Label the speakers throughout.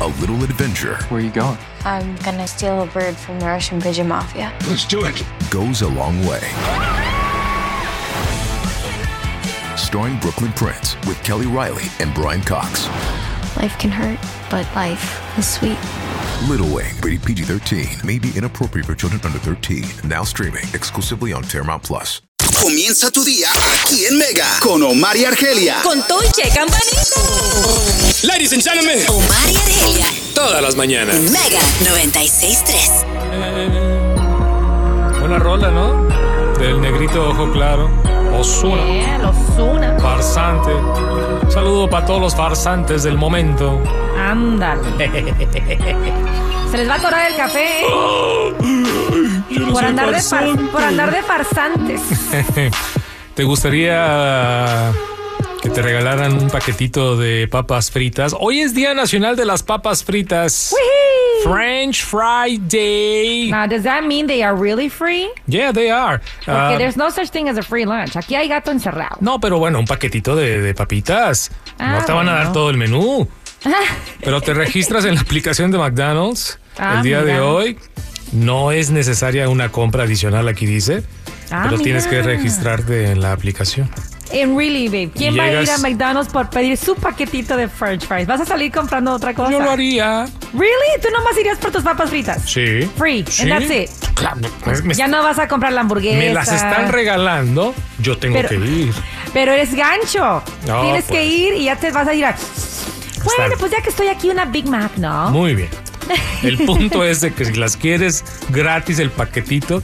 Speaker 1: A little adventure
Speaker 2: Where are you going?
Speaker 3: I'm gonna steal a bird from the Russian pigeon mafia.
Speaker 4: Let's do it.
Speaker 1: goes a long way. Starring Brooklyn Prince with Kelly Riley and Brian Cox.
Speaker 3: Life can hurt, but life is sweet.
Speaker 1: Little Wing, rated PG 13, may be inappropriate for children under 13. Now streaming exclusively on Paramount Plus.
Speaker 5: Comienza tu día aquí en Mega con Omar y Argelia.
Speaker 6: Con Toiche Campanito.
Speaker 7: Ladies and gentlemen,
Speaker 6: Omar y Argelia.
Speaker 7: todas las mañanas.
Speaker 6: Mega 96.3.
Speaker 2: Buena rola, ¿no? Del negrito ojo claro. Osuna.
Speaker 8: Osuna.
Speaker 2: Farsante. Saludo para todos los farsantes del momento.
Speaker 8: Ándale. Se les va a atorar el café ¿eh? por, andar de far- por andar de farsantes.
Speaker 2: ¿Te gustaría que te regalaran un paquetito de papas fritas? Hoy es Día Nacional de las Papas Fritas. French Friday.
Speaker 8: Now, does that mean they are really free?
Speaker 2: Yeah, they are.
Speaker 8: Porque
Speaker 2: Ah,
Speaker 8: there's no such thing as a free lunch. Aquí hay gato encerrado.
Speaker 2: no, pero bueno, un paquetito de, de papitas.
Speaker 8: Ah,
Speaker 2: no te van a dar
Speaker 8: bueno.
Speaker 2: todo el menú. Pero te registras en la aplicación de McDonald's
Speaker 8: Ah,
Speaker 2: el día de
Speaker 8: mira.
Speaker 2: hoy. No es necesaria una compra adicional, aquí dice.
Speaker 8: Ah,
Speaker 2: pero tienes que
Speaker 8: mira.
Speaker 2: registrarte en la aplicación.
Speaker 8: And really, babe, ¿quién
Speaker 2: Y
Speaker 8: va a ir a
Speaker 2: llegas-
Speaker 8: McDonald's por pedir su paquetito de french fries? ¿Vas a salir comprando otra cosa?
Speaker 2: Yo lo haría.
Speaker 8: ¿Really? ¿Tú nomás irías por tus papas fritas?
Speaker 2: Sí.
Speaker 8: Free,
Speaker 2: Sí.
Speaker 8: and that's it.
Speaker 2: Claro, me- me-
Speaker 8: Ya no vas a comprar la hamburguesa.
Speaker 2: me las están regalando. Yo tengo
Speaker 8: Pero-
Speaker 2: que ir.
Speaker 8: Pero eres gancho.
Speaker 2: No,
Speaker 8: Tienes
Speaker 2: pues.
Speaker 8: que ir y ya te vas a ir a. Bueno,
Speaker 2: bien.
Speaker 8: pues ya que estoy aquí, una Big Mac, ¿no?
Speaker 2: Muy bien. El punto es de que si las quieres gratis el paquetito,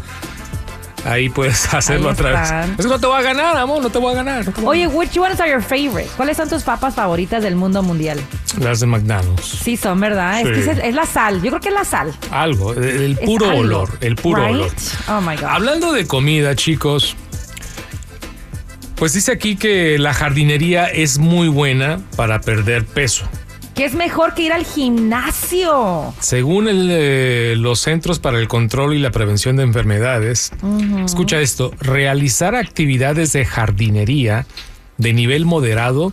Speaker 2: ahí puedes hacerlo
Speaker 8: Ahí
Speaker 2: a través.
Speaker 8: están.
Speaker 2: Es que no te va a ganar, amor, no te voy a ganar. no te voy a
Speaker 8: Oye, which ones are your favorite? ¿Cuáles son tus papas favoritas del mundo mundial?
Speaker 2: ganar. Las de McDonald's.
Speaker 8: Sí, son, ¿verdad?
Speaker 2: Sí.
Speaker 8: Es, que es, es la sal. Yo creo que es la sal.
Speaker 2: Algo, el, el
Speaker 8: Es
Speaker 2: puro
Speaker 8: algo,
Speaker 2: olor, el puro
Speaker 8: right?
Speaker 2: olor.
Speaker 8: Oh my God.
Speaker 2: Hablando de comida, chicos, pues dice aquí que la jardinería es muy buena para perder peso.
Speaker 8: Que es mejor que ir al gimnasio.
Speaker 2: Según el, eh, los Centros para el Control y la Prevención de Enfermedades, escucha esto, realizar actividades de jardinería de nivel moderado,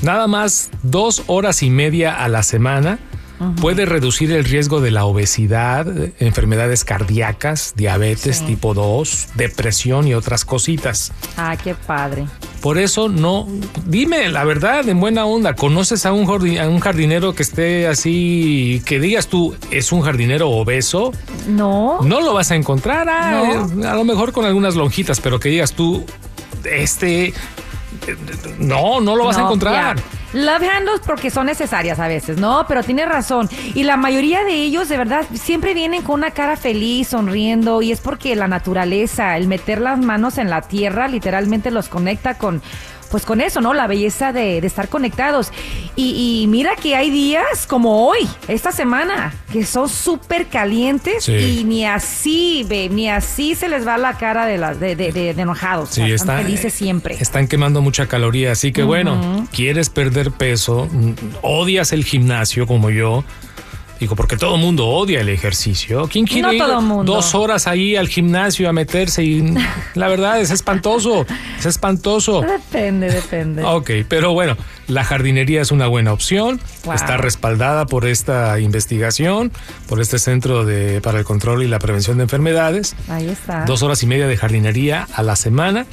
Speaker 2: nada más dos horas y media a la semana, puede reducir el riesgo de la obesidad, eh, enfermedades cardíacas, diabetes tipo 2, depresión y otras cositas.
Speaker 8: Ah, qué padre.
Speaker 2: Por eso no, dime la verdad, en buena onda, ¿conoces a un, jordi- a un jardinero que esté así, que digas tú, es un jardinero obeso?
Speaker 8: No.
Speaker 2: No lo vas a encontrar, ah, eh, a lo mejor con algunas lonjitas, pero que digas tú, este, eh, no, no lo vas a
Speaker 8: No,
Speaker 2: encontrar.
Speaker 8: ya. Love handles porque son necesarias a veces, ¿no? Pero tienes razón. Y la mayoría de ellos, de verdad, siempre vienen con una cara feliz, sonriendo. Y es porque la naturaleza, el meter las manos en la tierra, literalmente los conecta con. Pues con eso, ¿no? La belleza de, de estar conectados. Y, y mira que hay días como hoy, esta semana, que son súper calientes
Speaker 2: Sí.
Speaker 8: y ni así, babe, ni así se les va la cara de, las de, de- de- de enojados.
Speaker 2: Sí,
Speaker 8: O sea,
Speaker 2: está-
Speaker 8: están felices siempre.
Speaker 2: Están quemando mucha caloría, así que bueno, quieres perder peso, mm, odias el gimnasio como yo. Digo, porque todo el mundo odia el ejercicio. ¿Quién quiere
Speaker 8: No
Speaker 2: ir
Speaker 8: todo mundo.
Speaker 2: dos horas ahí al gimnasio a meterse? Y la verdad es espantoso, es espantoso.
Speaker 8: Depende, depende.
Speaker 2: Ok, pero bueno, la jardinería es una buena opción.
Speaker 8: Wow.
Speaker 2: Está respaldada por esta investigación, por este Centro de, para el Control y la Prevención de Enfermedades.
Speaker 8: Ahí está.
Speaker 2: Dos horas y media de jardinería a la semana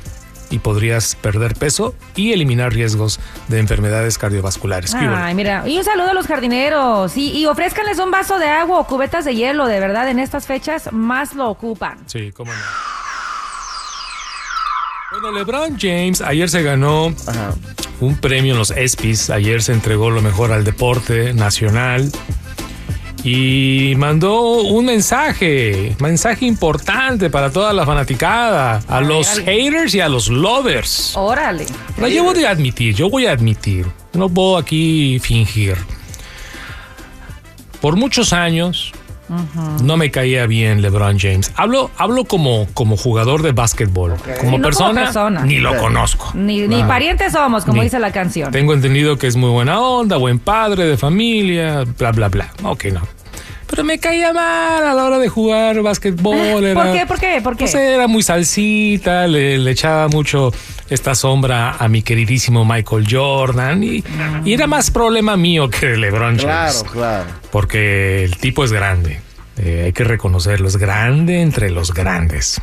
Speaker 2: y podrías perder peso y eliminar riesgos de enfermedades cardiovasculares. ¿Qué hubo?
Speaker 8: Ay, mira, y un saludo a los jardineros. Y, y ofrézcanles un vaso de agua o cubetas de hielo, de verdad, en estas fechas más lo ocupan.
Speaker 2: Sí, cómo no. Bueno, LeBron James ayer se ganó un premio en los ESPYs. Ayer se entregó lo mejor al deporte nacional. Y mandó un mensaje, mensaje importante para toda la fanaticada, a los
Speaker 8: ay.
Speaker 2: haters y a los lovers.
Speaker 8: Órale.
Speaker 2: Pero yo voy a admitir, yo voy a admitir. No puedo aquí fingir. por muchos años no me caía bien LeBron James. Hablo, hablo como, como jugador de básquetbol. Como,
Speaker 8: Sí, no como
Speaker 2: persona,
Speaker 8: persona.
Speaker 2: ni lo conozco.
Speaker 8: Ni, ni parientes somos, como
Speaker 2: Ni-
Speaker 8: dice la canción.
Speaker 2: Tengo entendido que es muy buena onda, buen padre de familia, bla, bla, bla. Ok, no. Pero me caía mal a la hora de jugar básquetbol. Era,
Speaker 8: ¿Por qué? ¿Por qué? ¿Por qué?
Speaker 2: Pues era muy salsita, le, le echaba mucho esta sombra a mi queridísimo Michael Jordan y, y era más problema mío que de LeBron James. Claro, claro. Porque el tipo es grande, eh, hay que reconocerlo, es grande entre los grandes.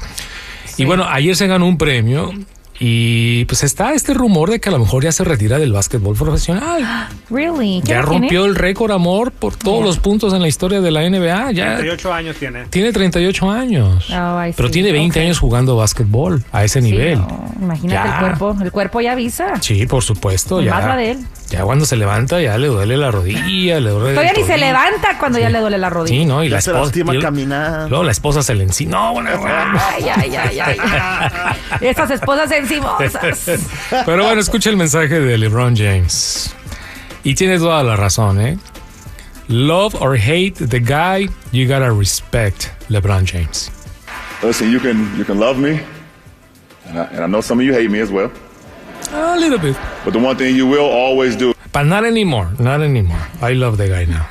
Speaker 2: Y bueno, ayer se ganó un premio y pues está este rumor de que a lo mejor ya se retira del básquetbol profesional.
Speaker 8: Really? ¿Qué
Speaker 2: Ya
Speaker 8: edad Ah, tiene?
Speaker 2: rompió el récord, amor, por todos los puntos en la historia de la NBA. Ya
Speaker 9: 38 años tiene.
Speaker 2: tiene 38 años.
Speaker 8: Oh, I
Speaker 2: pero
Speaker 8: see.
Speaker 2: tiene 20
Speaker 8: Ok.
Speaker 2: años jugando básquetbol a ese
Speaker 8: Sí,
Speaker 2: nivel.
Speaker 8: no, imagínate
Speaker 2: Ya.
Speaker 8: el cuerpo. El cuerpo ya avisa.
Speaker 2: Sí, por supuesto.
Speaker 8: Pues
Speaker 2: Ya,
Speaker 8: más la de él.
Speaker 2: ya cuando se levanta ya le duele la rodilla, le duele el
Speaker 8: Todavía ni se
Speaker 2: tobillo.
Speaker 8: levanta cuando ya le duele la rodilla.
Speaker 2: Sí, no, y
Speaker 9: Ya
Speaker 2: la
Speaker 9: se
Speaker 2: esposa.
Speaker 9: lastima
Speaker 2: y el-
Speaker 9: caminar.
Speaker 2: Luego la esposa se le encima. No, bueno, bueno.
Speaker 8: Ay, ay, ay, ay, ay. Estas esposas encimosas.
Speaker 2: Pero bueno, escucha el mensaje de LeBron James. Y tiene toda la razón, ¿eh? Love or hate the guy, you gotta respect LeBron James.
Speaker 9: Listen, you can, you can love me, and I, and I know some of you hate me as well,
Speaker 2: A little bit.
Speaker 9: but the one thing you will always do
Speaker 2: But not anymore, not anymore. I love the guy now.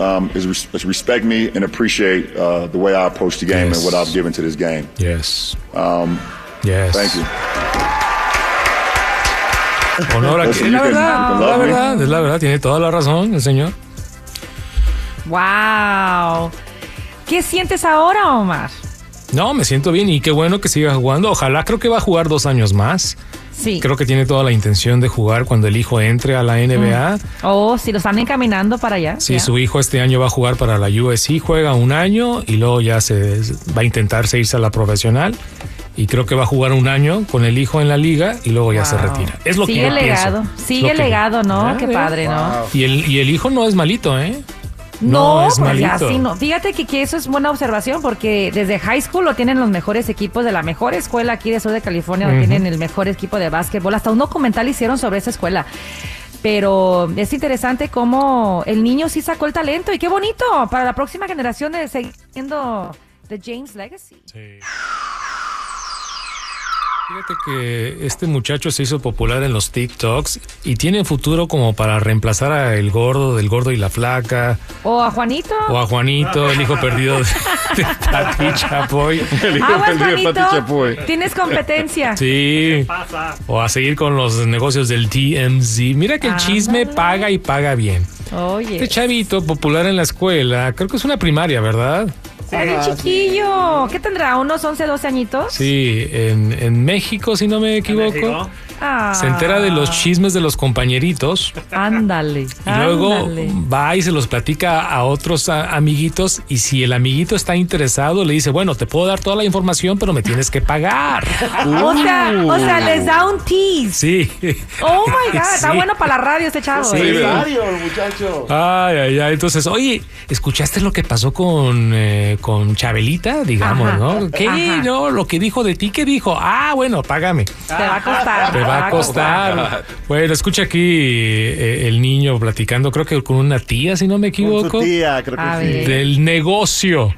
Speaker 9: um, is, res- is respect me and appreciate uh, the way I approach the game
Speaker 2: Yes.
Speaker 9: and what I've given to this game.
Speaker 2: Yes. yes.
Speaker 9: Um, Thank you.
Speaker 2: Honor a
Speaker 9: Listen,
Speaker 2: que-
Speaker 9: you
Speaker 2: La
Speaker 9: can- you
Speaker 2: verdad,
Speaker 9: can
Speaker 2: la
Speaker 9: love me.
Speaker 2: verdad, es la verdad, tiene toda la razón el señor.
Speaker 8: Wow. ¿Qué sientes ahora, Omar?
Speaker 2: No, me siento bien y qué bueno que siga jugando. Ojalá, creo que va a jugar dos años más.
Speaker 8: Sí.
Speaker 2: Creo que tiene toda la intención de jugar cuando el hijo entre a la NBA.
Speaker 8: Oh, si lo están encaminando para allá.
Speaker 2: Sí,
Speaker 8: ya.
Speaker 2: su hijo este año va a jugar para la USC, juega un año y luego ya se va a intentar se irse a la profesional. Y creo que va a jugar un año con el hijo en la liga y luego ya se
Speaker 8: Wow.
Speaker 2: retira. Es lo
Speaker 8: Sigue
Speaker 2: que yo
Speaker 8: el legado,
Speaker 2: pienso. Es
Speaker 8: sigue
Speaker 2: lo
Speaker 8: el
Speaker 2: que-
Speaker 8: legado, ¿no?
Speaker 2: Ah,
Speaker 8: Qué
Speaker 2: ve.
Speaker 8: padre, ¿no?
Speaker 2: Y el, y el hijo no es malito, ¿eh?
Speaker 8: No,
Speaker 2: es
Speaker 8: pues
Speaker 2: malito.
Speaker 8: así no. Fíjate que, que eso es buena observación porque desde high school lo tienen los mejores equipos de la mejor escuela aquí de Sur de California, lo tienen el mejor equipo de básquetbol. Hasta un documental hicieron sobre esa escuela. Pero es interesante cómo el niño sí sacó el talento y qué bonito para la próxima generación de seguir siendo The James Legacy.
Speaker 2: Fíjate que este muchacho se hizo popular en los TikToks y tiene futuro como para reemplazar a el gordo, del gordo y la flaca,
Speaker 8: O a Juanito. Ah,
Speaker 2: o a Juanito, el hijo perdido de, de Pati Chapoy.
Speaker 8: Aguas, Juanito. Tienes competencia.
Speaker 2: Sí. O a seguir con los negocios del TMZ. Mira que el chisme paga y paga bien.
Speaker 8: Oye.
Speaker 2: Este chavito popular en la escuela, creo que es una primaria, ¿verdad?
Speaker 8: Está bien chiquillo. ¿Qué tendrá? ¿Unos 11, 12 añitos?
Speaker 2: Ah, Sí, en, en México, si no me equivoco.
Speaker 8: Ah.
Speaker 2: Se entera de los chismes de los compañeritos
Speaker 8: Ándale.
Speaker 2: y luego uh.
Speaker 8: ándale.
Speaker 2: va y se los platica a otros a- amiguitos y si el amiguito está interesado le dice, bueno, te puedo dar toda la información pero me tienes que pagar.
Speaker 8: O sea, o sea, les da un tease.
Speaker 2: Sí.
Speaker 8: Oh my God, está
Speaker 2: Sí.
Speaker 8: bueno para la radio este chavo.
Speaker 2: Sí, Ay, ay, ay. Entonces, oye, ¿escuchaste lo que pasó con, eh, con Chabelita? Digamos,
Speaker 8: Ajá.
Speaker 2: ¿no? ¿Qué?
Speaker 8: Ajá.
Speaker 2: No, lo que dijo de ti, ¿qué dijo? Ah, bueno, págame.
Speaker 8: Te va a costar.
Speaker 2: Te va a costar. Bueno, escucha aquí eh, el niño platicando, creo que con una tía, si no me equivoco,
Speaker 8: A ver.
Speaker 2: del negocio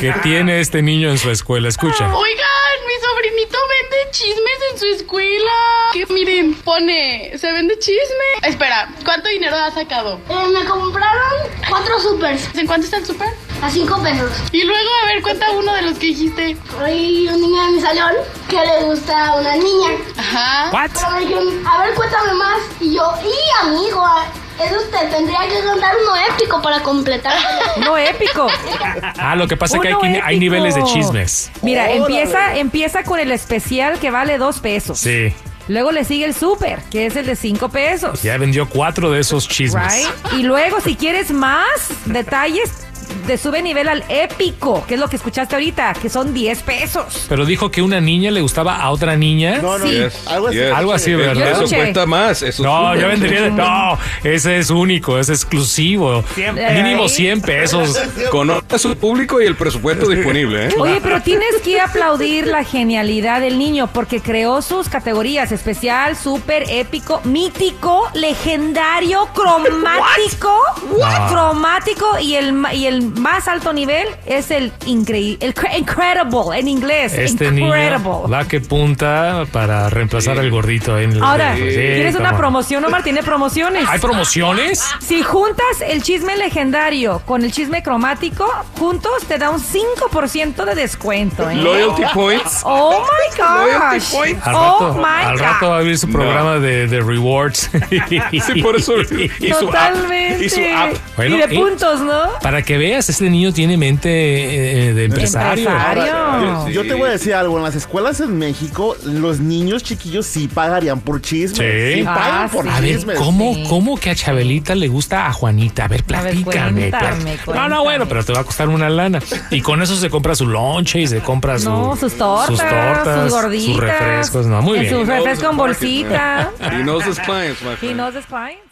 Speaker 2: que tiene este niño en su escuela. Escucha.
Speaker 9: Oigan, mi sobrinito vende chismes en su escuela. Que miren, pone, se vende chisme. Espera, ¿cuánto dinero has sacado? me compraron cuatro supers. ¿En cuánto está el super? A cinco pesos. Y luego, a ver, cuenta uno de los que dijiste. Hay un niño en mi salón que le gusta una niña. Ajá.
Speaker 2: What?
Speaker 9: Pero me dijeron, a ver, cuéntame más. Y yo, y amigo, a- eso te tendría que contar uno épico para completar.
Speaker 8: No épico.
Speaker 2: Ah, lo que pasa es que hay,
Speaker 8: Uno
Speaker 2: quini- hay
Speaker 8: épico.
Speaker 2: niveles de chismes.
Speaker 8: Mira, empieza, empieza con el especial que vale dos pesos.
Speaker 2: Sí,
Speaker 8: Luego le sigue el súper, que es el de cinco pesos.
Speaker 2: ya vendió cuatro de esos chismes.
Speaker 8: Right? Y luego, si quieres más detalles, de sube nivel al épico, que es lo que escuchaste ahorita, que son 10 pesos.
Speaker 2: Pero dijo que una niña le gustaba a otra niña.
Speaker 10: No, no,
Speaker 8: Sí.
Speaker 10: yes, algo así.
Speaker 2: Algo así, ¿verdad?
Speaker 10: Eso
Speaker 8: escuché.
Speaker 10: cuesta más. Eso
Speaker 2: No,
Speaker 10: sube.
Speaker 2: yo vendería. No, ese es único, es exclusivo. Mínimo 100 pesos.
Speaker 10: Conozca su público y el presupuesto disponible, ¿eh?
Speaker 8: Oye, pero tienes que aplaudir la genialidad del niño porque creó sus categorías especial, súper, épico, mítico, legendario, cromático,
Speaker 2: What?
Speaker 8: cromático y el ma- y el más alto nivel es el increíble, el cre- incredible en inglés,
Speaker 2: Este
Speaker 8: incredible.
Speaker 2: niño va que punta para reemplazar al gordito en el-
Speaker 8: Ahora,
Speaker 2: Sí,
Speaker 8: ¿quieres una
Speaker 2: cómo no.
Speaker 8: promoción, Omar? Tiene promociones.
Speaker 2: ¿Hay promociones?
Speaker 8: Si juntas el chisme legendario con el chisme cromático, juntos te da un 5% de descuento. ¿eh?
Speaker 10: Loyalty points.
Speaker 8: Oh my gosh.
Speaker 2: Al
Speaker 8: Oh
Speaker 2: rato,
Speaker 8: my
Speaker 2: al rato va a
Speaker 8: god.
Speaker 2: abrir su programa de, de rewards.
Speaker 10: Sí, por eso. Y su app.
Speaker 8: Totalmente.
Speaker 10: Y su app.
Speaker 2: Bueno,
Speaker 8: y de
Speaker 2: ¿eh?
Speaker 8: puntos, ¿no?
Speaker 2: Para que veas, este niño tiene mente eh, de empresario.
Speaker 8: Empresario.
Speaker 10: Ah, Sí.
Speaker 11: Yo te voy a decir algo, en las escuelas en México, los niños chiquillos sí pagarían por chismes.
Speaker 2: Sí.
Speaker 11: Sí. pagan
Speaker 8: Ah,
Speaker 11: por
Speaker 8: sí.
Speaker 2: A ver,
Speaker 11: chismes.
Speaker 2: ¿cómo,
Speaker 8: Sí.
Speaker 2: ¿cómo que a Chabelita le gusta a Juanita? A ver,
Speaker 8: A ver,
Speaker 2: platícame.
Speaker 8: cuéntame,
Speaker 2: plati- No,
Speaker 8: cuéntame.
Speaker 2: no, bueno, pero te va a costar una lana. Y con eso se compra su lonche y se compra su-
Speaker 8: No, sus tortas, sus,
Speaker 2: tortas,
Speaker 8: gorditas.
Speaker 2: sus refrescos. No, muy
Speaker 8: en
Speaker 2: bien.
Speaker 8: Sus refrescos con bolsita.
Speaker 10: He knows his clients, my
Speaker 8: He
Speaker 10: friend.
Speaker 8: knows his clients.